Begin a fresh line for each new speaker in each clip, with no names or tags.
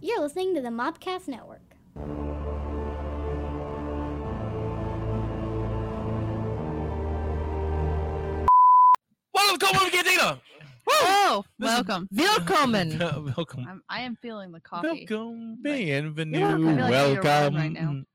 listening to the Mobcast Network.
Welcome, Argentina! Woo!
Oh,
This is-
welcome.
Willkommen.
Welcome.
I'm, I am feeling the coffee.
Welcome.
But-
Bienvenue.
Welcome. I feel like I need a
Welcome.
run right now. Um,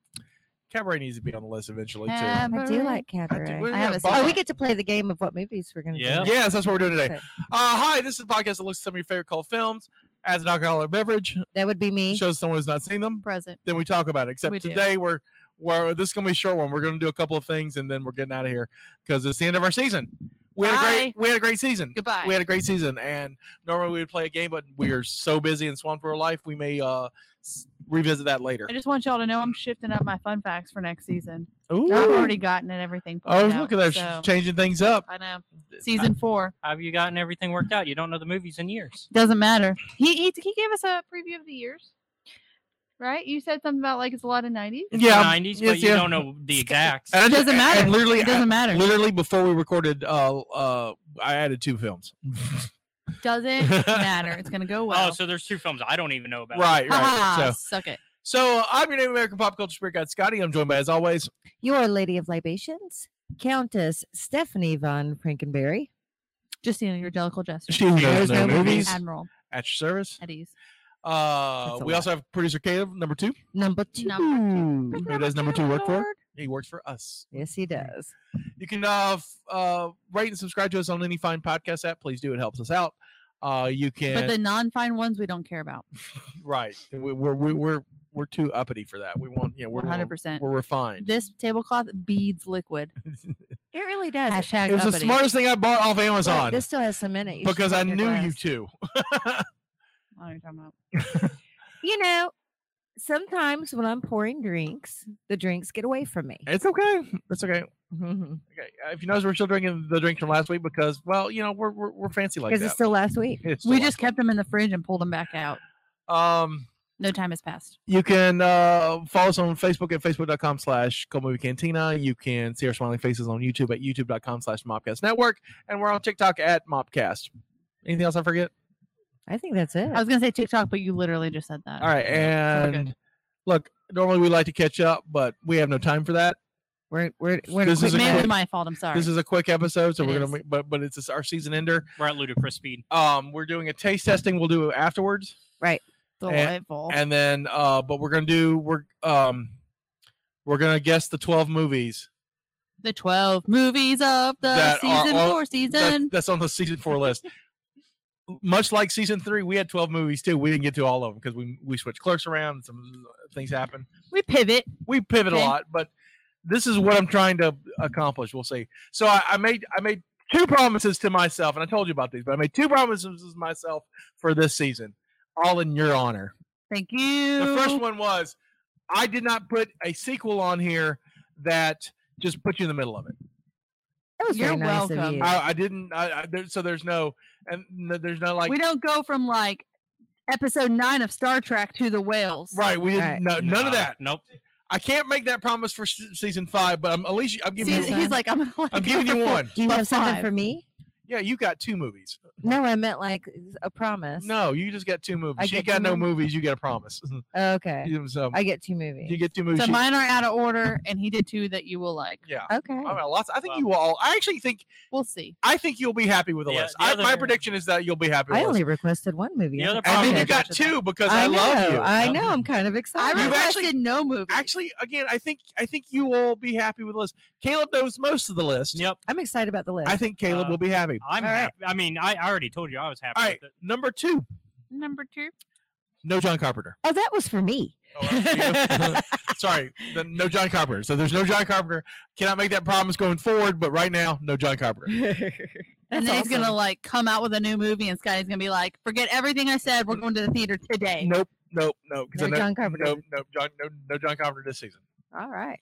Cabaret needs to be on the list eventually, too.
Have-
I do like
I do-
cabaret.
we're
I have
gonna
a
bump
Oh,
it.
we get to play the game of what movies we're gonna.
Yeah.
do.
Yes, that's what we're doing today.
Okay.
Uh, hi, this is a podcast that looks at some of your favorite cult films as an alcoholic beverage,
That would be me.
shows someone who's not seen them,
Present.
then we talk about it. Except
We do.
today, we're, we're this is going to be a short one. We're going to do a couple of things and then we're getting out of here because it's the end of our season. We had, a great, we had a great season.
Goodbye.
We had a great season, and normally we would play a game, but we are so busy and swamped for our life. We may uh, s- revisit that later.
I just want y'all to know I'm shifting up my fun facts for next season.
Ooh.
I've already gotten it everything.
I was
planned out,
looking Oh, at
so-
that, changing things up.
I know. Season four
Have you gotten everything worked out? You don't know the movies in years.
doesn't matter. He he, he gave us a preview of the years, right? You said something about like it's a lot of '90s.
Yeah, I'm-
90s,
yes,
but you
yeah.
don't know the exacts.
And I ju-
Doesn't
and
matter.
literally,
It doesn't matter.
literally before we recorded, uh, uh, I added two films.
Doesn't matter. It's gonna go well.
Oh, so there's two films I don't even know about.
right,
Ah,
right. So,
suck it.
so uh, I'm your name, American pop culture spirit guide, Scotty. I'm joined by, as always,
You are Lady of Libations, Countess Stephanie von Frankenberry.
Justina, your Jellicle Jester.
She Who
Knows No Movies.
Admiral
at your service.
at ease.
Uh,
That's a
we
lot.
also have producer Caleb, number two.
Number two.
Number
Who does number two work for? He works for us.
Yes, he does.
You can uh, f- uh, rate and subscribe to us on any fine podcast app. Please do; it helps us out. Uh, you can
But the non-fine ones we don't care about.
right. We, we're we, we're we're too uppity for that. We want you know we're
One
we're-
hundred percent.
We're refined.
This tablecloth beads liquid.
It really does.
Hashtag
It was the
uppity.
smartest thing I bought off
But
Amazon
This still has some in it. You should
because I
put in
knew
your
you
glass.
two.
I don't know what you're talking about.
You know, sometimes when I'm pouring drinks, the drinks get away from me.
It's okay. It's okay.
Because
Okay. Uh, If you notice, we're still drinking the drink from last week because, well, you know, we're we're, we're fancy like
it's
that.
still last week.
It's
we
still
just kept them in the fridge and pulled them back out.
last- um.
No time has passed.
You can uh, follow us on Facebook at facebook.com slash Cold Movie Cantina. You can see our smiling faces on YouTube at youtube.com slash Mobcast Network. And we're on TikTok at Mobcast. Anything else I forget?
I think that's it.
I was gonna say TikTok, but you literally just said that.
All right.
it's all good.
And look, normally we like to catch up, but we have no time for that.
We're we're we're in
This
quick
is a
Mainly
quick-
mode.
my fault. I'm sorry.
This is a quick episode, so
It
we're
is.
gonna make, but but it's just our season ender.
We're at ludicrous speed.
Um, we're doing a taste testing. We'll do it afterwards,
Delightful.
and then uh, but we're gonna do we're um, we're gonna guess the twelve movies
the 12 movies of the
That are
season
all-
four
that-
season.
that's on the season four list. Much like season three, we had twelve movies too. We didn't get to all of them because we we switched clerks around. And some things happen.
we pivot.
We pivot
Okay.
a lot, but this is what I'm trying to accomplish. We'll see. So I, I made I made two promises to myself, and I told you about these, but I made two promises to myself for this season, all in your honor.
Thank you.
The first one was I did not put a sequel on here that just put you in the middle of it.
That was
You're
very nice of
welcome.
you.
I, I didn't. I, I, there, so there's no and no, there's no like
we don't go from like episode nine of Star Trek to the whales.
right. We didn't.
Right.
No, none
Nah,
of that.
Nope.
I can't make that promise for se- season five. But I'm at least I'm
See,
giving you.
Season-
he's like, I'm, gonna let
I'm
it
giving
go
you
for-
one.
Do you
But
have something
five.
for me?
Yeah, you got two movies.
No, I meant like a promise.
No, you just got two movies. She
get
got
two
no
movies?
movies. You got a promise.
Okay.
so
I get two movies.
you get two movies.
So
she-
mine are out of order, and he did two that you will like.
yeah.
okay.
I got lots. I think
Well.
you will all. I actually think.
We'll see.
I think you'll be happy with the
The-
list.
the
I, my
other-
prediction is that you'll be happy. With
I
the
only
list.
requested one movie.
The
I
other
think I
And then
problem
you
did.
is-
got
Gotcha, gotcha.
two because I,
I know.
love you.
I
Um,
know. I'm kind of
I
excited.
You've
requested
actually-
no movie.
actually again i think i think you will be happy with the list caleb knows most of the list
Yep.
I'm excited about the list.
i think caleb
Uh,
will be happy
I'm
All right.
happy. I mean, I, I already told you I was happy
all right
with it.
number two
number two.
no john carpenter
oh, that was for me.
Oh, sorry the, no john carpenter so there's no john carpenter cannot make that promise going forward but right now no john carpenter
and then he's gonna like come out with a new movie, and Scotty's gonna be like, "Forget everything I said. We're going to the theater today."
nope nope nope 'cause I
No
know-
John Carpenter.
nope nope john no, no john carpenter this season
All right.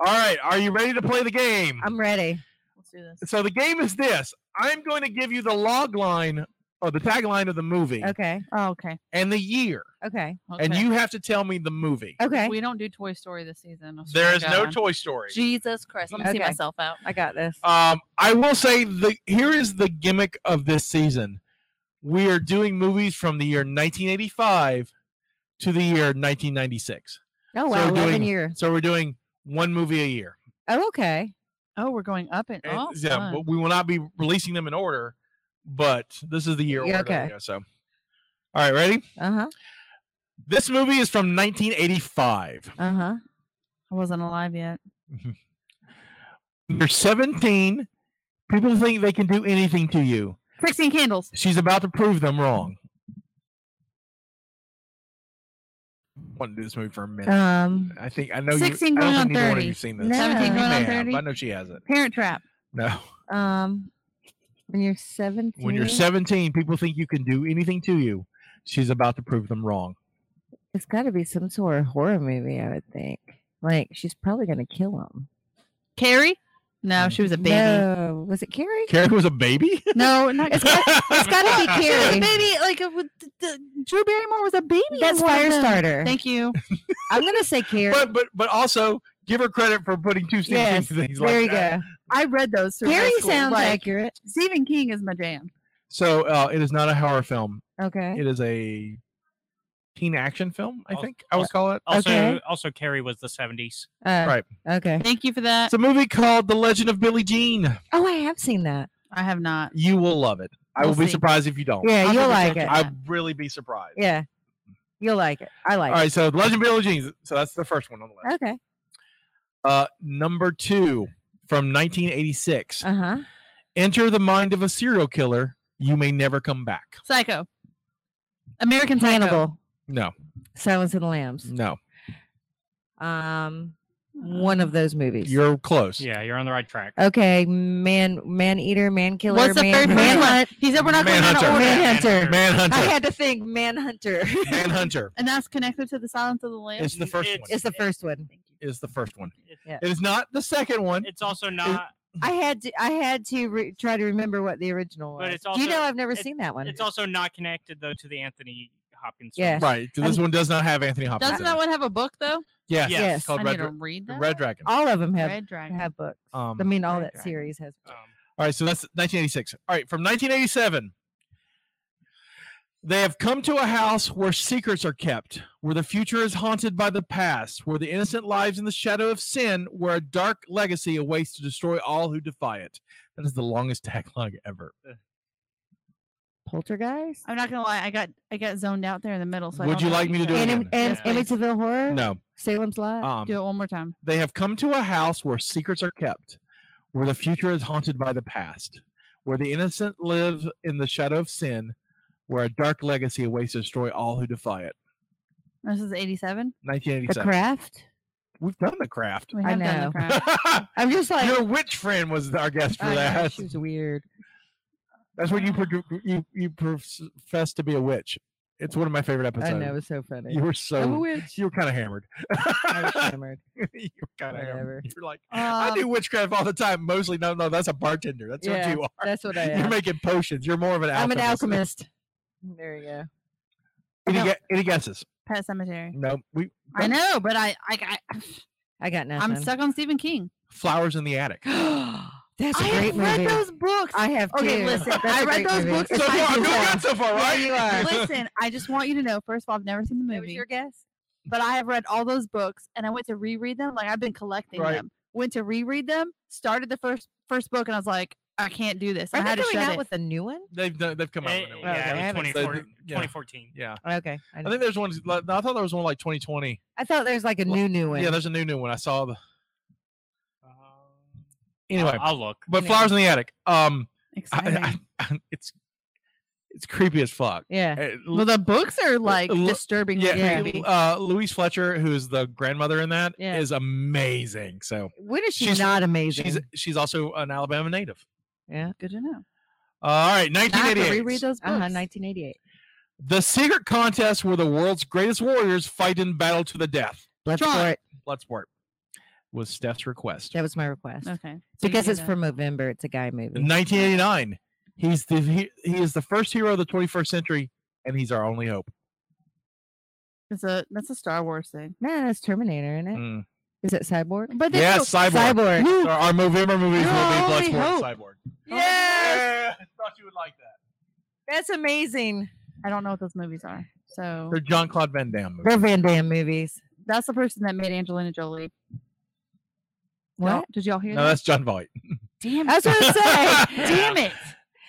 all right are you ready to play the game
I'm ready.
Let's do this.
so the game is this i'm going to give you the log line or the tagline of the movie
Okay.
Oh, okay.
and the year
Okay.
and
Okay.
you have to tell me the movie
Okay.
We don't do Toy Story this season. I swear
There
to
is no
God.
Toy Story.
Jesus Christ! Let me see
Okay.
myself out.
I got this.
Um, I will say the here is the gimmick of this season. We are doing movies from the year 1985 to the year 1996.
Oh
So
wow, eleven
doing-
year.
So we're doing one movie a year.
Oh okay.
Oh, we're going up and
And-
oh,
yeah,
fun.
but we will not be releasing them in order, but this is the year
Yeah,
order that we
okay.
go, so, all right, ready?
Uh huh.
This movie is from 1985.
Uh huh.
I wasn't alive yet.
You're 17. People think they can do anything to you.
Sixteen candles.
She's about to prove them wrong. want to do this movie for a minute.
Um.
I think I know you.
16
I don't
going
think
on
neither one of
30.
you've seen this.
No.
17
You
going on
may have,
30.
I know she hasn't.
Parent Trap.
No.
Um. When you're seventeen.
When you're 17, people think you can do anything to you. She's about to prove them wrong.
It's got to be some sort of horror movie, I would think. Like she's probably gonna kill him.
Carrie. No,
Mm.
she was a baby.
No, was it Carrie?
Carrie was a baby.
No, not
It's got, it's got to be
She was
Carrie.
a baby. Like uh, with the, the- Drew Barrymore was a baby. in
That's
one of them.
Firestarter.
Thank you.
I'm gonna say Carrie.
but but but also give her credit for putting two scenes
Yes,
into things like
there you
that.
go.
I read those. through high
Carrie
school,
sounds
like,
accurate.
Stephen King is my jam.
So uh, it is not a horror film.
Okay.
It is a teen action film. I
Also-
think I would call it.
Also,
Okay.
also Carrie was the seventies.
Uh,
Right.
Okay.
Thank you for that.
It's a movie called The Legend of Billie Jean.
Oh, I have seen that.
I have not.
You will love it. I
We'll
will be
see.
surprised if you don't.
I'll
Yeah, you'll
double
like
check
it.
it.
I'd really be surprised.
Yeah, you'll like it. I like
All right, so The Legend of Billie Jean. So that's the first one on the list.
it. Okay.
Uh, number two from 1986.
Uh huh.
Enter the mind of a serial killer. You may never come back.
Psycho. American Psycho.
Hannibal.
No,
Silence of the Lambs.
no,
Um, one of those movies.
you're close.
Yeah, you're on the right track.
Uh,
okay, man, man eater, man killer,
What's the
man,
third
man-
one? He said we're not going out of
Manhunter.
order.
Manhunter.
Manhunter.
I had to think manhunter.
Manhunter.
And that's connected to the Silence of the Lambs.
It's the first one.
it's the first one.
Is the first one.
It's,
Yeah.
It is not the second one.
it's also not.
I had to. I had to re- try to remember what the original was.
But it's
Do you
also-
know I've never
it-
seen that one?
It's also not connected though to the Anthony Hopkins.
Yeah.
film.
Right. 'cause This one does not have Anthony Hopkins.
Doesn't
in
that
it.
one have a book though?
Yes.
Yes.
It's
Yes.
called
I
Red,
need to
Dra-
read that.
Red Dragon.
All of them have
Red Dragon.
have books.
Um,
I mean, all
Red
that
Dragon. Uh,
series has.
Um,
All right, so that's 1986. All right, from 1987. They have come to a house where secrets are kept, where the future is haunted by the past, where the innocent lives in the shadow of sin, where a dark legacy awaits to destroy all who defy it. That is the longest tagline ever.
Poltergeist.
I'm not gonna lie, I got I got zoned out there in the middle. So I
Would
don't
you
know
like
what
me to do it
said.
And
again?
Em- and
Yes, please.
Amityville Horror.
No.
Salem's Lot.
Um,
Do it one more time.
They have come to a house where secrets are kept, where the future is haunted by the past, where the innocent live in the shadow of sin, where a dark legacy awaits to destroy all who defy it.
This is 87.
the
1987.
Craft.
We've done the craft.
We
I
have done the
know.
crap.
I'm just like.
Your witch friend was our guest for
I know,
that.
she's weird.
That's what you produ- you you profess to be a witch. It's one of my favorite episodes.
I know it's so funny.
You were
I'm a
so
witch.
you were kind of hammered.
I was hammered.
you were kind of
Whatever. Um
hammered. You're like
Um,
I do witchcraft all the time. Mostly, no, no, that's a bartender. That's
Yeah,
what you are.
That's what I
You're
am.
making potions. You're more of an
I'm
alchemist.
an alchemist. There you go.
Any,
No.
gue- any guesses?
Pet Cemetery.
No. We
I
Nope.
know, but I I got
I got nothing.
I'm stuck on Stephen King.
flowers in the attic.
That's a
I
great
have
movie.
read those books.
I have too.
Okay, listen,
That's
I
a
read
great
those
movie.
books
so
and
It's
I
far,
hard
I'm
to
doing
tell.
good so far,
Yeah,
right?
you are.
Listen, I just want you to know. First of all, I've never seen the
That
movie,
was your guess.
but I have read all those books, and I went to reread them. Like I've been collecting
Right.
them. Went to reread them. Started the first first book, and I was like, I can't do this.
Are
I had
they
to
coming
shut
out
it.
with a new one?
They've done, they've come out.
eh,
with it.
yeah, Okay, I
yeah,
haven't seen
24
it. Yeah.
2014.
yeah.
Okay.
I think there's one. I thought there was one like 2020.
I thought there's like a
Well,
new new one.
Yeah, there's a new new one. I saw the
Um,
anyway.
I'll, I'll look.
but
yeah.
flowers in the attic. Um,
Oh, Exciting.
I, I, it's it's creepy as fuck.
yeah.
Uh, Lu-
well, the books are like
lo-
disturbing.
yeah,
yeah.
Lu- Uh, Louise Fletcher, who's the grandmother in that, is
Yeah.
amazing. So
When is she
she's-
not amazing?
she's she's also an Alabama native. Uh,
yeah.
Good to know.
all right,
Now I have to reread
1988.
those books.
Uh-huh, 1988.
The secret contest where the world's greatest warriors fight in battle to the death.
Bloodsport.
Bloodsport was Steph's request.
That was my request.
Okay. Oh, so you
Because
do
it's
that.
from November. It's a guy movie.
In 1989, he's the he, he is the first hero of the 21st century, and he's our only hope.
It's a that's a Star Wars thing.
No, that's Terminator, isn't it? Is
Mm.
it Cyborg?
But they
Yes, cyborg.
Cyborg.
So our Movember movies
You're our
will
only
be Bloodsport, and Cyborg.
Yes!
I thought you would like that.
That's amazing.
I don't know what those movies are. So
They're John Claude Van Damme. movies.
They're Van Damme movies.
that's the person that made Angelina Jolie.
What?
Y'all- Did y'all hear
No,
that?
that's John Voight.
Damn
I was
it.
going to say,
Damn it.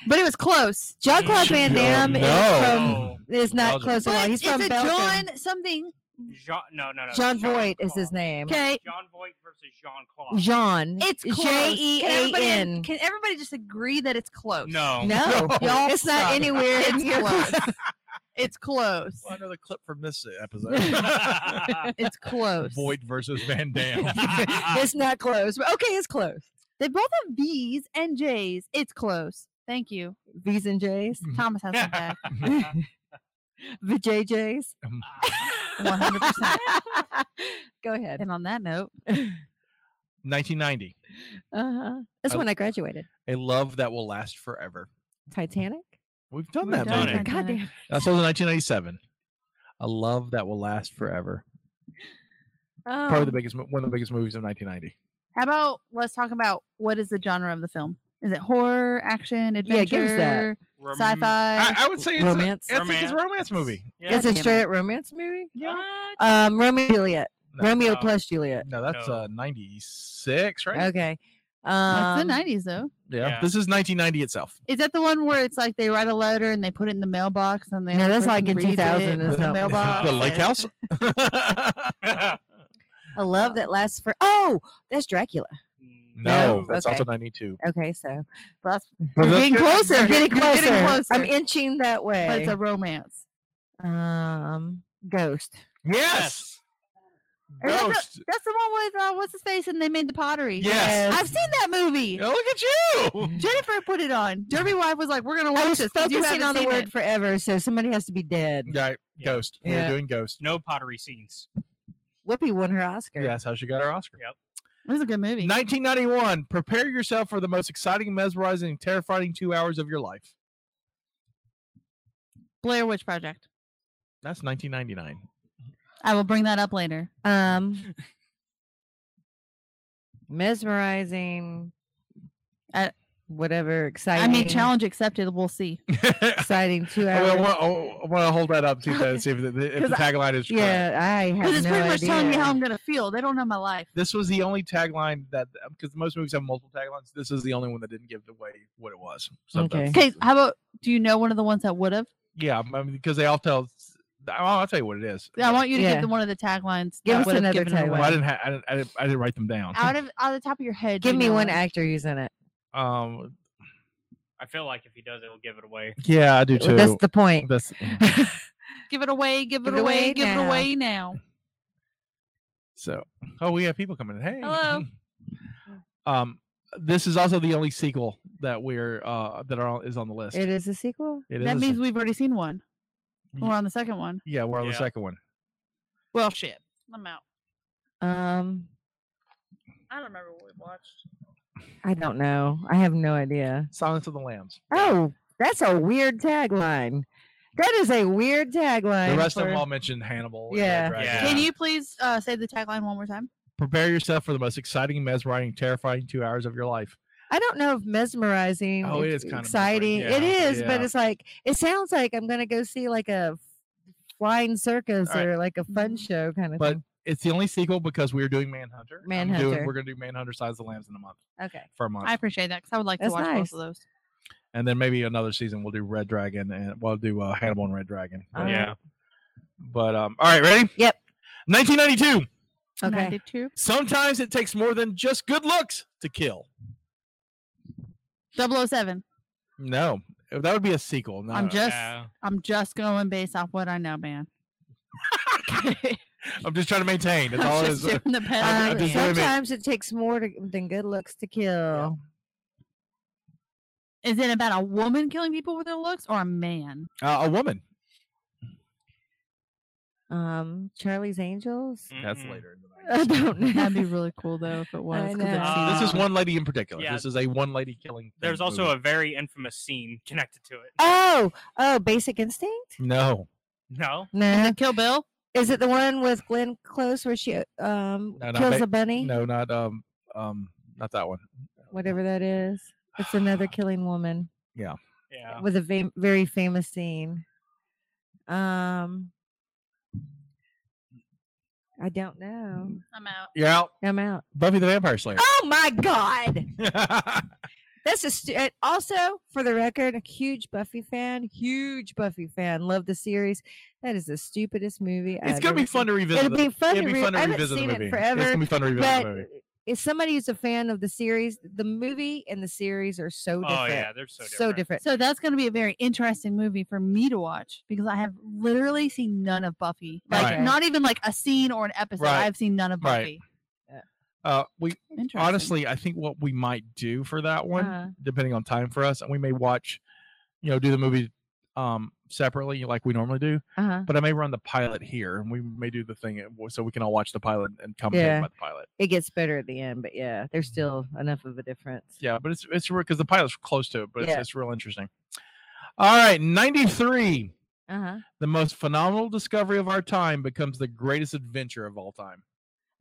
But it was close.
John Claude Van Damme is from.
No.
Is not
Belgium.
close at all.
But
He's from
it's a
Belgium.
John something.
Jean, no, no, no.
John Voight is his
Claude.
name.
Okay.
John Voight versus Jean Claude.
Jean.
It's close.
J E
Can
A
everybody-
N.
Can everybody just agree that it's close?
No.
No,
No.
y'all, it's
suck.
not anywhere in
It's
here.
close. It's close.
Well, I know the clip from this episode.
It's close.
Voight versus Van Damme.
it's not close. But okay, it's close.
They both have B's and J's. It's close. Thank you.
V's and J's.
Mm-hmm.
Thomas has some back.
The JJ's.
One hundred percent.
Go ahead.
And on that note,
1990.
Uh-huh. That's
I-
when I graduated.
A love that will last forever.
Titanic.
We've done
We've
that
done
movie.
Titanic.
God damn.
That's also 1997. A love that will last forever.
Oh.
Probably the biggest, mo- one of the biggest movies of 1990.
how about let's talk about what is the genre of the film? Is it horror, action,
Yeah,
adventure?
give us that.
Rem-
Sci-fi.
I, I would say it's a,
romance.
I think it's a
Romance.
romance movie.
Yeah.
Is it
Damn
straight up romance movie?
What?
Um, Romeo and Juliet.
No.
Romeo
No.
plus Juliet.
No, that's
No.
uh 96, right?
Okay.
That's the
Um,
nineties though.
Yeah.
Yeah.
This is 1990 itself.
Is that the one where it's like they write a letter and they put it in the mailbox and they
No,
other
that's
person
like in
reads it
2000
in
is
the
not-
mailbox?
the Lake
and-
House.
A love that lasts for. Oh, that's Dracula.
no,
No,
that's
okay.
also 92.
Okay, so
That's
we're getting
you're-
closer.
you're
getting
getting- you're
closer.
getting
I'm
closer.
inching that way.
but it's a romance.
um, ghost.
Yes.
Or that's the-
Ghost.
That's the one with uh, what's his face and they made the pottery.
Yes.
I've seen that movie.
Yeah, look at you.
Jennifer put it on. Derby wife was like, "We're gonna
I
watch
was
this." 'cause you
focusing
haven't
on the
seen
word
it."
forever, so somebody has to be dead.
Right.
Yeah.
Ghost.
Yeah.
We're doing Ghost.
no pottery scenes.
Whoopi won her Oscar.
Yeah, that's how she got her Oscar.
It was a good movie.
1991. Prepare yourself for the most exciting, mesmerizing, and terrifying two hours of your life.
Blair Witch Project.
That's 1999.
I will bring that up later.
Um, mesmerizing. uh,
I-
whatever
I
exciting.
mean, challenge accepted. We'll see.
Exciting two
I, mean, I,
hours.
want, I want to hold that up see if, that, see if, the, if the
'Cause
tagline is correct.
yeah, I have
Because it's
no
pretty much
idea.
telling me how I'm gonna feel. They don't know my life.
This was the only tagline that because most movies have multiple taglines. This is the only one that didn't give away what it was. So
Okay.
that's-
Okay, how about? Do you know one of the ones that would have?
Yeah, because I mean, 'cause they all tell. s- I'll, I'll tell you what it is.
I
but-
want you to
Yeah.
give them one of the taglines.
Give
that
us
would've
another
given it
tagline.
Well,
away.
I didn't. Ha- I, didn't I, didn't I didn't write them down.
Out of out of the top of your head. do
Give
you
me
know
one
it?
actor who's in it.
Um.
I feel like if he does, it will give it away.
Yeah, I do too.
That's the point.
That's-
Give it away. Give it away. Give it
now.
away now.
so. Oh, we have people coming. in. Hey.
Hello.
um. This is also the only sequel that we're uh that are on- is on the list.
It is a Mm. sequel.
It
That
is-
means we've already seen one.
Ye-
We're on the second one.
yeah, we're on the
Yeah.
second one.
Well, shit. I'm out.
Um,
I don't remember what we watched.
I don't know. I have no idea.
Silence of the Lambs.
Oh, that's a weird tagline. That is a weird tagline.
The rest of
for-
them all mentioned Hannibal. and Red
Yeah.
Dragon.
Yeah.
Can you please uh, say the tagline one more time?
Prepare yourself for the most exciting, mesmerizing, terrifying two hours of your life.
I don't know if mesmerizing.
Oh, it
it's
is kind of
exciting.
mesmerizing.
it
Yeah,
is, but
yeah.
it's like it sounds like I'm gonna go see like a flying circus
All right.
or like a fun show kind of
Mm. But
thing.
it's the only sequel because we're doing Manhunter. I'm doing-
Manhunter.
we're gonna do Manhunter Size of the Lambs in a month
Okay.
for a month,
I appreciate that because I would like
That's
to watch
nice.
both of those.
and then maybe another season we'll do Red Dragon and we'll do uh, Hannibal and Red Dragon.
All right.
Yeah.
But um, all right, ready?
Yep.
1992.
Okay.
92.
Sometimes it takes more than just good looks to kill.
007.
No, that would be a sequel. No,
I'm just
Yeah.
I'm just going based off what I know, man.
I'm just trying to maintain. That's all
I'm
it
just
is. uh,
doing the best.
I
I
Um,
just
can.
wanna make-
sometimes it takes more to, than good looks to kill.
Is it about a woman killing people with their looks or a man?
Uh, a woman.
Um, Charlie's Angels.
That's
Mm-mm.
later. In the
I
night.
don't
That'd
know.
be really cool though if it was. 'cause I've
know.
seen
This
that
is one lady in particular.
Uh, Yeah.
This is a one lady killing.
There's also a very infamous scene connected to it.
Oh, oh, Basic Instinct.
a no.
No.
Is
No,
it Kill Bill?
is it the one with Glenn Close where she um
No, not
kills
Ba-
a bunny?
No, not um um not that one.
whatever that is. It's another killing woman
Yeah.
with a va- very famous scene. Um, I don't know.
I'm out.
You're out.
I'm out.
Buffy the Vampire Slayer.
Oh my god, that's a stu- and also for the record, a huge Buffy fan, huge Buffy fan. Love the series. That is the stupidest movie.
it's gonna be fun to revisit.
It'll
the-
be fun,
it'd
to,
be
re-
fun to
I haven't
revisit the
seen
movie.
it
It's
forever,
gonna be fun to revisit
but
the movie.
if somebody who's a fan of the series, the movie and the series are so different.
Oh yeah, they're so different.
so different.
So that's going to be a very interesting movie for me to watch because I have literally seen none of Buffy. Like
Right.
not even like a scene or an episode.
Right.
I've seen none of
Right.
Buffy.
Uh, we
Interesting.
honestly, I think what we might do for that one,
Uh-huh.
depending on time for us, and we may watch, you know, do the movie um separately like we normally do.
Uh-huh.
But I may run the pilot here, and we may do the thing at- so we can all watch the pilot and commentate
Yeah.
about the pilot.
It gets better at the end, but yeah, there's still enough of a difference.
Yeah, but it's it's because the pilot's close to it, but it's,
Yeah.
it's real interesting. All right, ninety three.
Uh-huh.
The most phenomenal discovery of our time becomes the greatest adventure of all time.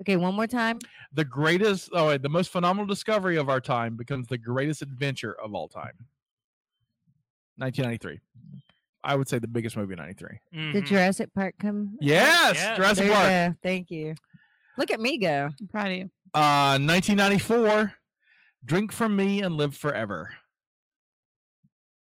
Okay, one more time.
The greatest, oh, wait, the most phenomenal discovery of our time becomes the greatest adventure of all time. 1993. I would say the biggest movie in 93.
Did Jurassic Park come? out?
Yes,
Mm-hmm. Yeah.
There
Jurassic
you
Park.
go. Thank you. Look at me go.
I'm proud of you.
Uh, 1994. Drink from me and live forever.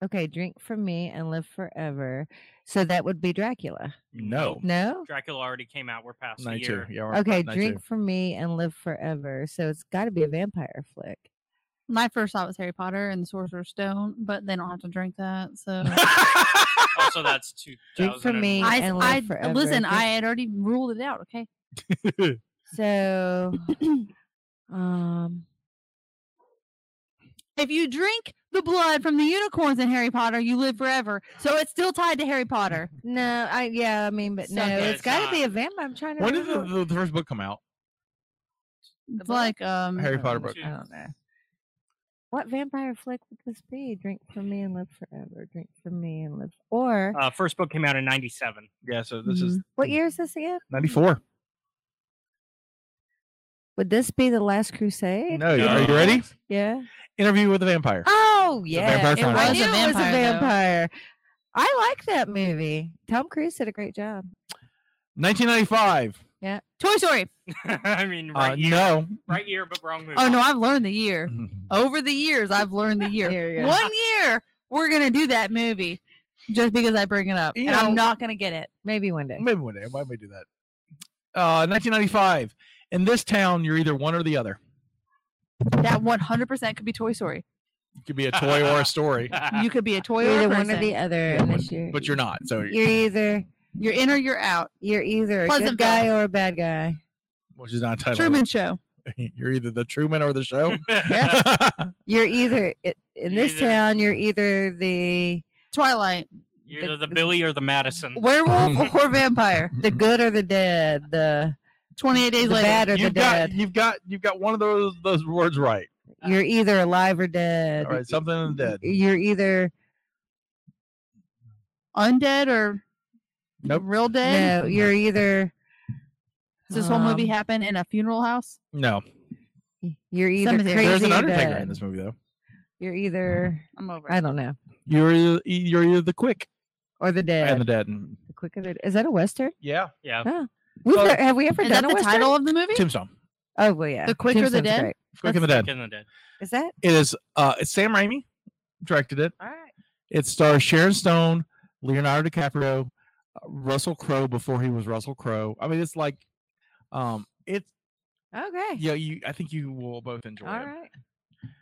Okay, drink from me and live forever. So that would be Dracula.
No.
No?
Dracula already came out. We're past the
92.
year.
Yeah, we're-
Okay,
92.
drink from me and live forever. So it's got to be a vampire flick.
My first thought was Harry Potter and the Sorcerer's Stone, but they don't have to drink that. So
Also, that's two.
Drink from me
I,
and
I
live forever.
listen.
Drink-
I had already ruled it out. Okay.
So, um,
If you drink the blood from the unicorns in Harry Potter, you live forever. So it's still tied to Harry Potter.
no, I yeah, I mean, but
So-
no,
Yeah,
it's
it's
got to be a
not-
vampire. I'm trying to.
When did the,
remember
the, the first book come out?
It's like um.
Harry Potter
what-
book.
I don't know. What vampire flick would this be? Drink from me and live forever. Drink from me and live. Or
Uh, first book came out in '97.
Yeah, so this is
what year is this again?
94.
Would this be the Last Crusade?
No, are you ready?
Yeah.
Interview with the Vampire.
Oh yeah,
Vampire
it
Chronicles.
I
It was
knew
a
it was a
vampire, though.
vampire. I like that movie. Tom Cruise did a great job.
1995.
hmm. Toy Story.
I mean,
Uh,
right year,
no.
right year, but wrong movie.
Oh no, I've learned the year. Over the years, I've learned the year.
There you go.
One year, we're gonna do that movie just because I bring it up,
You
and
know-
I'm not gonna get it.
Maybe one day.
Maybe one day. Why we do that? Uh, 1995. In this town, you're either one or the other.
That 100% could be Toy Story.
It could be a toy or a story,
You could be a toy or
Either
a
one or
person.
the other,
Yeah,
unless you're
but you're not. So,
you're either
You're in or you're out.
you're either a
Pleasantville.
good guy or a bad guy.
which is not a title.
Truman Show.
You're either the Truman or the show.
You're either i- in this
Either-
town. You're either the
Twilight.
You're either the Billy or the Madison.
Werewolf or vampire.
the good or the dead, the
28 days
the
later.
bad or the
you've got
dead.
you've got you've got one of those those words right.
You're either alive or dead.
All right, something and dead.
You're either
Undead or
Nope.
real dead.
no. You're either
Does this whole movie
um,
happen in a funeral house?
No,
You're either
Cemetery.
crazy
there's an
or
Undertaker in
dead.
this movie though.
You're either
I'm over
I
it.
don't know
You're either, you're either the quick
or the dead.
and the dead.
The quicker the, is that a western?
Yeah,
Yeah.
We've
So-
ne- have we ever
Is
done
that
a
the
western?
title of the movie?
Tombstone.
Oh well, yeah.
The Quick or the
Tombstone's
Dead?
great.
Quick and the dead.
Back in the dead.
Is that
It is. Uh, it's Sam Raimi directed it.
all right?
It stars Sharon Stone, Leonardo DiCaprio, uh, Russell Crowe before he was Russell Crowe. I mean, it's like, um, it's
Okay.
yeah. You, I think you will both enjoy
All
it.
right.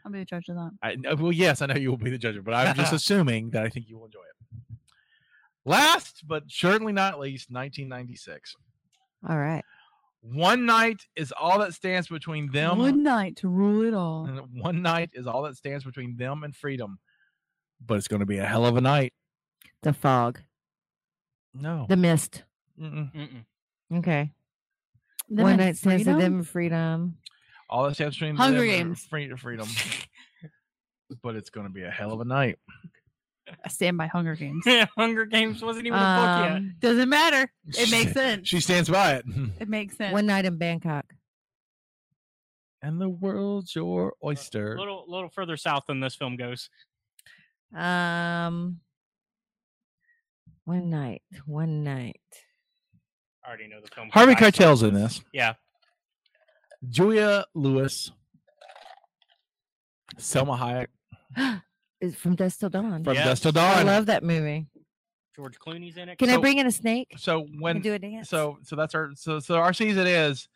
I'll be the judge of that.
I know- well, yes, I know you will be the judge, of it, but I'm just assuming that I think you will enjoy it. Last but certainly not least, 1996.
All right.
One night is all that stands between them.
One night to rule it all.
Uh,
and One night is all that stands between them and freedom. But it's going to be a hell of a night.
The fog.
No.
The mist.
Mm-mm.
Mm-mm.
Okay.
Then
One
in
night stands to
freedom?
them freedom.
All that stands between
Hunger
them are
Games.
free- freedom. but it's going to be a hell of a night.
I stand by Hunger Games.
Hunger Games wasn't even a book yet.
Um,
Doesn't matter. It makes sense.
She stands by it.
It makes sense.
Um, one night in Bangkok.
And the world's your oyster.
little, little further south than this film goes.
Um. One night. One night.
I already know the film.
Harvey
Goodbye Song.
Keitel's in this.
Yeah.
Julia Lewis. Selma Hayek
It's from Dust Till Dawn.
from
Yeah.
Dust Till
I
Dawn.
love that movie.
George Clooney's in it.
Can I
So-
bring in a snake?
so
Can
when
do a dance?
so so that's our so so our season is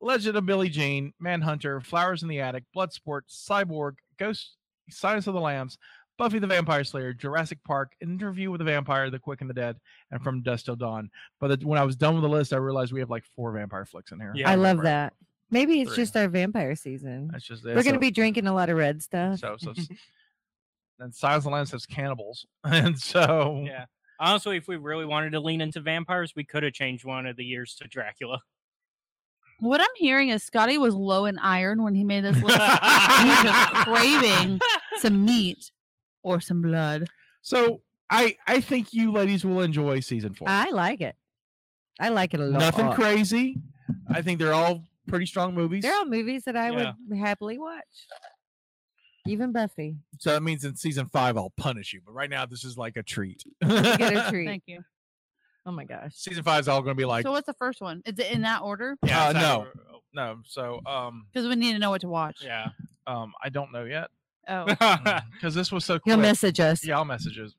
Legend of Billie Jean, Manhunter, Flowers in the Attic, Bloodsport, Cyborg, Ghost, Silence of the Lambs, Buffy the Vampire Slayer, Jurassic Park, Interview with the Vampire, The Quick and the Dead, and From Dust Till Dawn. But the, when I was done with the list, I realized we have like four vampire flicks in here.
Yeah,
I
I'm
love
Vampire.
that. Maybe it's
Three.
just our vampire season.
That's just
We're gonna be drinking a lot of red stuff.
so so. s- and Silence of the Lambs has cannibals, and so
Yeah. Honestly, if we really wanted to lean into vampires, we could have changed one of the years to Dracula.
Uh,
What I'm hearing is Scotty was low in iron when he made this list. He's just craving some meat or some blood.
so I I think you ladies will enjoy season four.
I like it. I like it a lot.
Nothing crazy. I think they're all pretty strong movies.
They're all movies that I
Yeah.
would happily watch. Even Buffy.
so that means in season five I'll punish you. But right now this is like a treat.
You get a treat.
Thank you.
Oh my gosh.
season five is all going to be like
so what's the first one? Is it in that order?
Uh,
it's not-
no. So um
Because we need to know what to watch.
Yeah.
um I don't know yet
Oh.
because this was so.
He'll
quick.
message us.
Yeah, I'll messages. Um,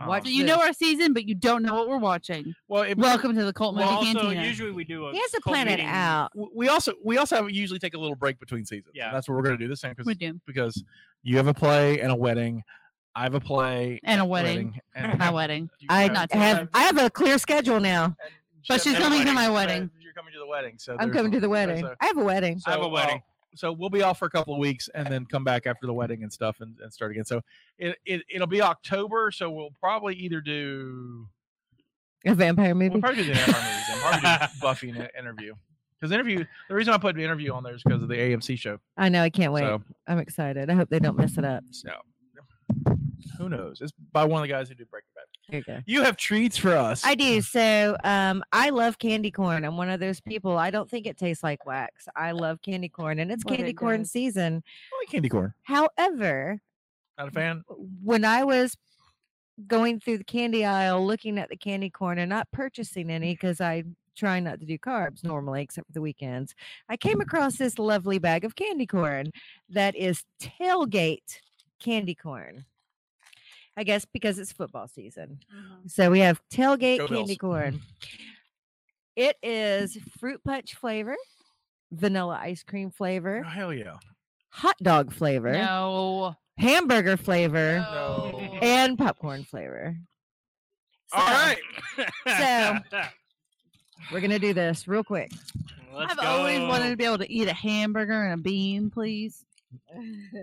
Oh,
Watch
So you know our season, but you don't know what we're watching.
well, it,
Welcome to the Cult
Well,
Movie
also,
Cantina.
usually we do a.
He has to
cult
plan it
meeting.
out.
w- we also we also have, usually take a little break between seasons.
Yeah.
and that's what we're going to do this time
we
because
do.
because you have a play and a wedding, I have a play
And a wedding.
and
My wedding.
you
I
Not too
have
bad.
I have a clear schedule now.
and
But
Jen
she's
had a
coming to my
so
wedding.
You're coming to the wedding, so
I'm
there's
coming
a-
to the
there's
wedding.
a-
I have a wedding.
I have a
so, uh,
wedding.
so we'll be off for a couple of weeks and then come back after the wedding and stuff and, and start again. So it, it it'll be October. So we'll probably either do
A vampire
we'll
movie.
probably do the NFR movies. and probably do Buffy and interview because interview. The reason I put the interview on there is because of the AMC show.
I know. I can't wait.
So
I'm excited. I hope they don't mess it up.
so who knows? It's by one of the guys who did Breaking Bad.
There you go.
You have treats for us.
I do. So um, I love candy corn. I'm one of those people. I don't think it tastes like wax. I love candy corn, and it's
But
candy
it
corn
does.
season.
I like candy corn.
However,
Not a fan.
when I was going through the candy aisle, looking at the candy corn and not purchasing any because I try not to do carbs normally, except for the weekends, I came across this lovely bag of candy corn that is tailgate candy corn. I guess because it's football season. So we have tailgate
Go Bills.
candy corn. It is fruit punch flavor, vanilla ice cream
Oh,
flavor,
hell yeah.
hot dog flavor,
No.
hamburger flavor,
No.
and popcorn flavor.
All
So,
right.
We're gonna do this real quick.
Let's
I've always wanted
go.
to be able to eat a hamburger and a bean, please.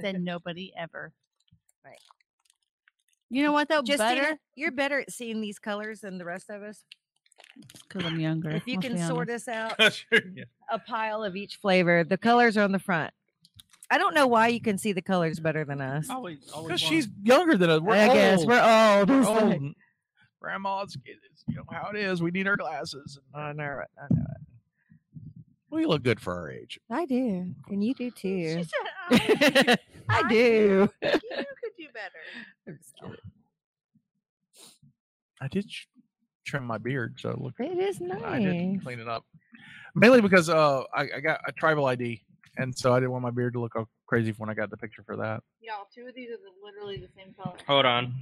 Then nobody ever.
Right.
You know what though?
Just
Butter.
you're better at seeing these colors than the rest of us.
Because I'm younger.
If you
let's
can
be
sort
honest.
us out
Yeah.
a pile of each flavor, the colors are on the front. I don't know why you can see the colors better than us.
Always, always
Because
wanted-
she's younger than us. Oh, We're
I
old.
guess we're old.
We're
It's like-
old. Oh, Grandma, it's, it's you know how it is. We need our glasses.
I know it. I know it.
We look good for our age.
I do, and you do too.
said,
I do.
could do better.
I'm just kidding.
I did sh- trim my beard, so look.
It is
I did
nice.
clean it up, mainly because uh, I, I got a tribal ID, and so I didn't want my beard to look all crazy when I got the picture for that.
Y'all, two of these are the, literally the same color.
Hold on.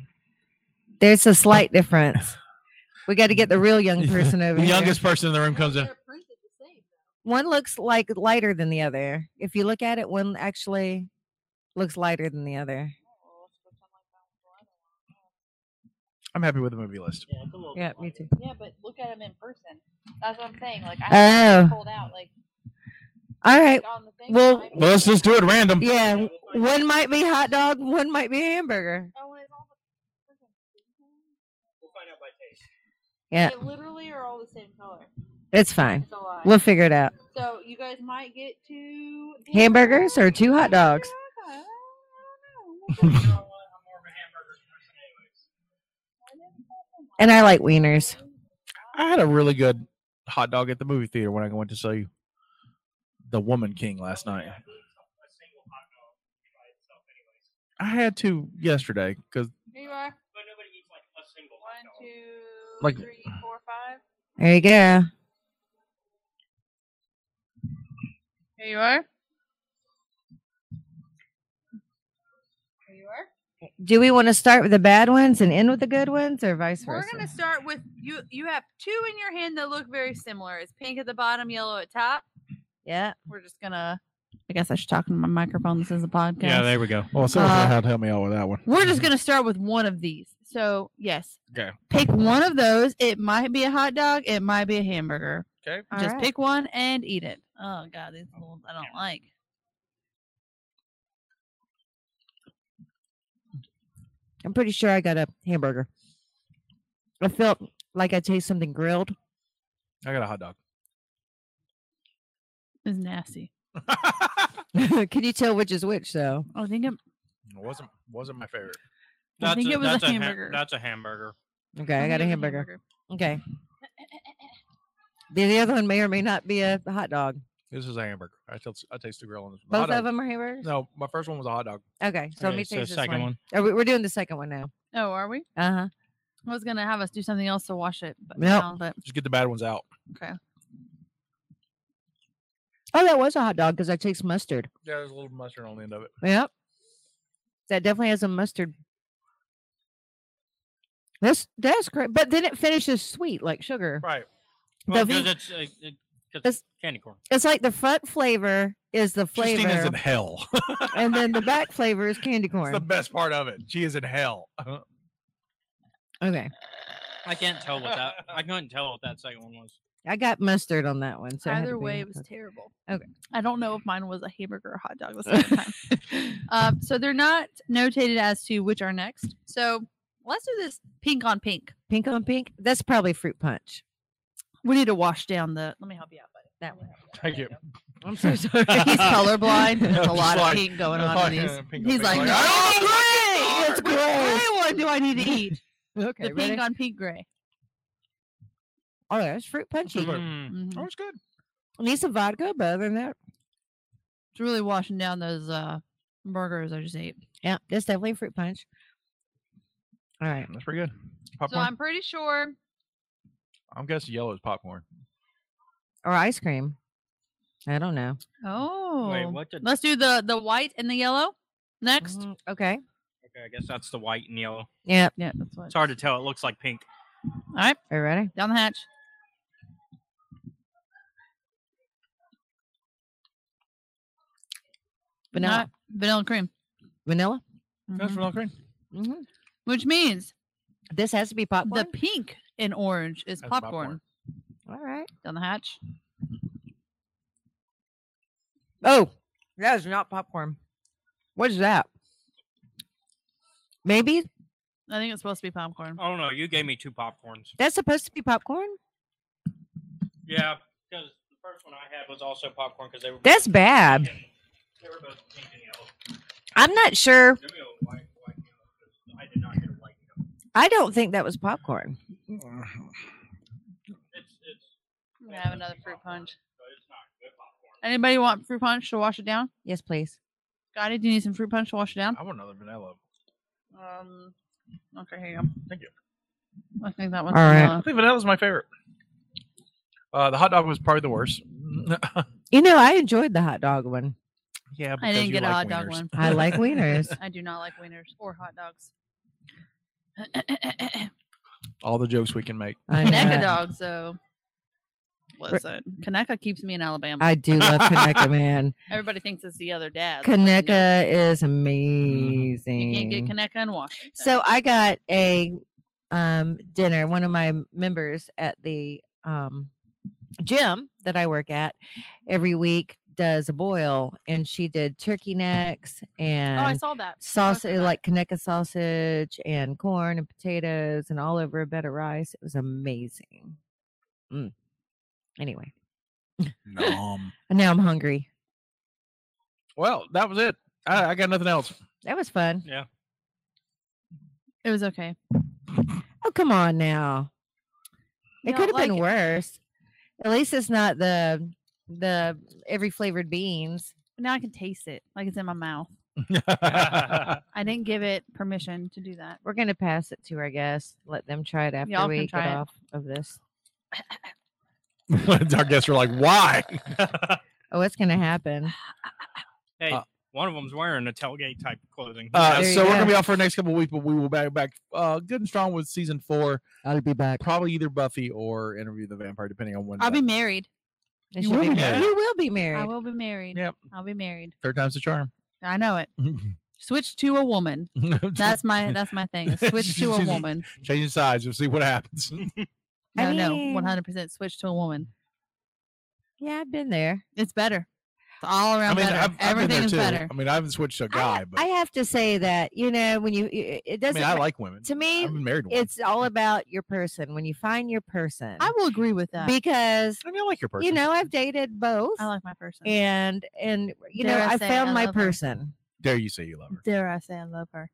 There's a slight difference. We got to get the real young person over
the
here.
youngest person in the room comes in.
They're printed the same.
one looks like lighter than the other. If you look at it, one actually looks lighter than the other.
Oh, it's got something like that with the other one.
I'm happy with the movie list.
Yeah, it's a little
Yeah,
bit
me
lighter.
too.
Yeah, but look at them in person. That's what I'm saying. Like I have
Oh.
pulled out like
All right.
like, on the thing.
Well-
I-
Well, let's just do it random.
Yeah. w- One might be hot dog, one might be hamburger.
Oh, and it's all the freaking seasons.
We'll find out by taste.
Eh.
Yeah,
They literally are all the same color.
it's fine.
It's a lie.
We'll figure it out.
so you guys might get two
Hamburgers or two hot dogs?
I don't know.
You know what? I'm more of a hamburger person anyways.
And I like wieners.
I had a really good hot dog at the movie theater when I went to see The Woman King last night. I had to yesterday because
Here you are.
But nobody eats like a single
One, One, two,
Like-
three, four, five.
There you go.
Here you are. Here you are.
Do we want to start with the bad ones and end with the good ones, or vice
We're
versa?
gonna start with you. You have two in your hand that look very similar. It's pink at the bottom, yellow at top.
yeah.
We're just gonna. I guess I should talk into my microphone. This is a podcast.
Yeah, there we go.
Well, someone's
Uh,
gonna have to help me out with that one.
We're
Mm-hmm.
just gonna start with one of these. So yes.
Okay.
Pick one of those. It might be a hot dog. It might be a hamburger.
Okay.
All
just
right.
pick one and eat it. Oh god, these little I don't like.
I'm pretty sure I got a hamburger. I felt like I tasted something grilled.
I got a hot dog.
It's nasty.
Can you tell which is which, though?
Oh, I think it,
wasn't wasn't my favorite.
I think it was
that's
a
ham-
hamburger.
that's a hamburger.
Okay, I
think
got a
it was
hamburger. Okay. The the other one may or may not be a hot dog.
This is a hamburger. I taste, I taste the grill on this. one. Hot
Both of
dog-
them are hamburgers.
No, my first one was a hot dog.
Okay, so let
Okay,
me taste this
second
one.
one.
Are we, we're doing the second one now.
Oh, are we?
Uh
Uh-huh.
huh.
I was gonna have us do something else to wash it, but
Nope.
now, but
Just get the bad ones out.
okay.
Oh, that was a hot dog because I taste mustard.
Yeah, there's a little mustard on the end of it.
Yep. That definitely has a mustard. That's that's great, but then it finishes sweet like sugar.
Right.
Well,
The
because
ve-
it's, uh, it- 'cause
It's-
candy corn.
It's like the front flavor is the flavor,
Christina's in hell.
and then the back flavor is candy
It's the
corn.
best part of it. She is in hell.
Okay,
I can't tell what that. I couldn't tell what that second one was.
I got mustard on that one. So it had to
Either
be
way,
a
it was
hot-
terrible.
Okay.
I don't know if mine was a hamburger or hot dog the second time. Um, so they're not notated as to which are next. So let's do this pink on pink.
pink on pink. That's probably fruit punch.
We need to wash down the. Let me help you out, buddy.
That one.
Thank you.
I'm so sorry.
He's colorblind.
I'm
There's a
just
lot
like-
of pink going on in these.
Pink
He's
pink
like,
I
It's
don't
gray.
know.
It's
What do I need to eat?
Okay,
the
ready?
pink on pink gray.
Oh, that's fruit punchy.
Sure.
Mm.
Mm-hmm.
Oh, it's good.
Need some vodka, but other than that,
It's really washing down those uh, burgers I just ate.
yeah, that's definitely fruit punch. All right.
That's pretty good.
So
Popcorn.
I'm pretty sure
I'm guessing yellow is popcorn.
or ice cream. I don't know.
Oh.
Wait, what did?
Let's do the the white and the yellow next.
Mm, Okay.
Okay, I guess that's the white and yellow.
Yeah.
Yeah, that's what.
It's hard to tell. It looks like pink.
All right,
Are you ready?
down the hatch.
Vanilla.
Not vanilla cream.
Vanilla.
That's
Mhm.
vanilla cream.
hmm
Which means
This has to be popcorn.
the pink and orange is
That's
popcorn.
popcorn.
All right.
Down the hatch.
Oh, that is not popcorn. What is that? Maybe
I think it's supposed to be popcorn.
Oh no, you gave me two popcorns.
that's supposed to be popcorn.
Yeah, because the first one I had was also popcorn because they were.
That's bad.
They were both pink and yellow.
I'm not sure.
Give me a white, white and yellow, 'cause I did not get a white and yellow.
I don't think that was popcorn.
It's it's.
I'm gonna have another fruit punch.
But it's not good popcorn.
Anybody want fruit punch to wash it down?
Yes, please.
Scotty, do you need some fruit punch to wash it down?
I want another vanilla.
Um. Okay, here you go.
Thank you.
I think that one's
All right.
I
vanilla.
think vanilla's my favorite. Uh, the hot dog was probably the worst.
You know, I enjoyed the hot dog one.
yeah,
I
because
didn't
you
get a
like
hot dog
wieners.
one.
I like wieners.
I do not like wieners or hot dogs.
All the jokes we can make.
I,
Kaneka
know.
dogs, though. Listen, Kaneka keeps me in Alabama.
I do love Kaneka, man.
Everybody thinks it's the other dad.
Kaneka is
Mhm.
amazing.
Mm-hmm. You can't get Kaneka in Washington.
So I got a um, dinner. One of my m- members at the um, gym that I work at every week does a boil, and she did turkey necks
oh, I
and
saw that.
sausage,
that.
uh, eh, like Kaneka sausage, and corn and potatoes, and all over a bed of rice. It was amazing. Mm. Anyway,
Nom.
and now I'm hungry.
well, that was it. I, I got nothing else.
That was fun.
Yeah.
It was okay.
Oh, come on now. It
Y'all,
could have been
like-
worse. At least it's not the the every flavored beans.
Now I can taste it, like it's in my mouth. I didn't give it permission to do that.
We're gonna pass it to our guests. Let them try it after
Y'all can
we
try
get
it.
off of this.
Our guests are like, why?
Oh, what's gonna happen?
hey,
Uh,
one of them's wearing a tailgate type clothing. Who
Uh,
There
knows?
you
so we're gonna
go.
be off for the next couple of weeks, but we will be back uh, good and strong with season four.
I'll be back.
Probably either Buffy or Interview the Vampire, depending on when.
I'll be
that-
married.
You will be married.
You will be married.
I will be married.
Yep.
I'll be married.
third time's the charm.
I know it. Switch to a woman. That's my that's my thing. Switch to a woman.
changing sides. We'll see what happens.
No,
I
no,
mean-
one hundred percent switch to a woman.
Yeah, I've been there.
It's better. It's all around
I mean,
better.
I've, I've been
Everything
there
is
too.
better.
I mean, I haven't switched to a guy,
I,
but
I
I,
have to say that you know when you it it doesn't.
mean, I
ma-
like women.
to me,
I've been married. to one.
it's all about your person. When you find your person,
I will agree with that.
because
I mean, I like your person.
you know I've dated both,
I like my person.
and and you know
Dare I
I
say
found
I
my
love her.
person.
dare you say you love her?
Dare I say I love her?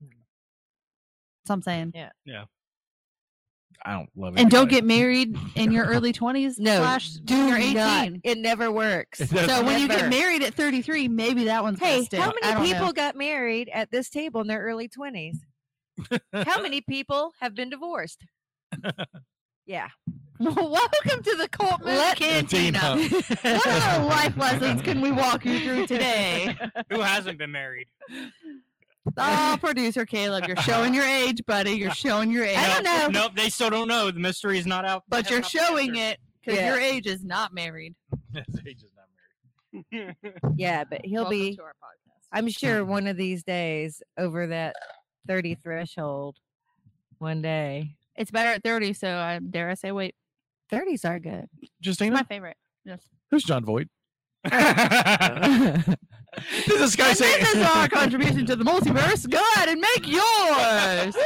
That's what I'm saying.
Yeah.
I don't love it.
And don't get married in your early 20s.
No,
slash
do
you're 18.
not. It never works.
It doesn't.
So when you
Never.
get married at 33, maybe that one's gonna
Hey,
stick.
how
I don't
many
know.
people got married at this table in their early 20s? how many people have been divorced? yeah.
Welcome to the cult Moon
Let-
Cantina. What other life lessons can we walk you through today?
Who hasn't been married?
Oh, producer Caleb, you're showing your age, buddy. You're showing your age.
I don't know.
Nope, they still don't know. The mystery is not out.
But you're showing it because
Yeah.
your age is not married.
Paige is not married.
it.
Yeah, but he'll
Welcome
be,
to our podcast.
I'm sure, one of these days over that 30 threshold. One day.
It's better at 30, so I dare I say wait.
30s are good.
It's my
Justina,
favorite. Yes.
who's John Voight?
I
Does this guy
And
say?
this is our contribution to the multiverse. Go ahead and make yours.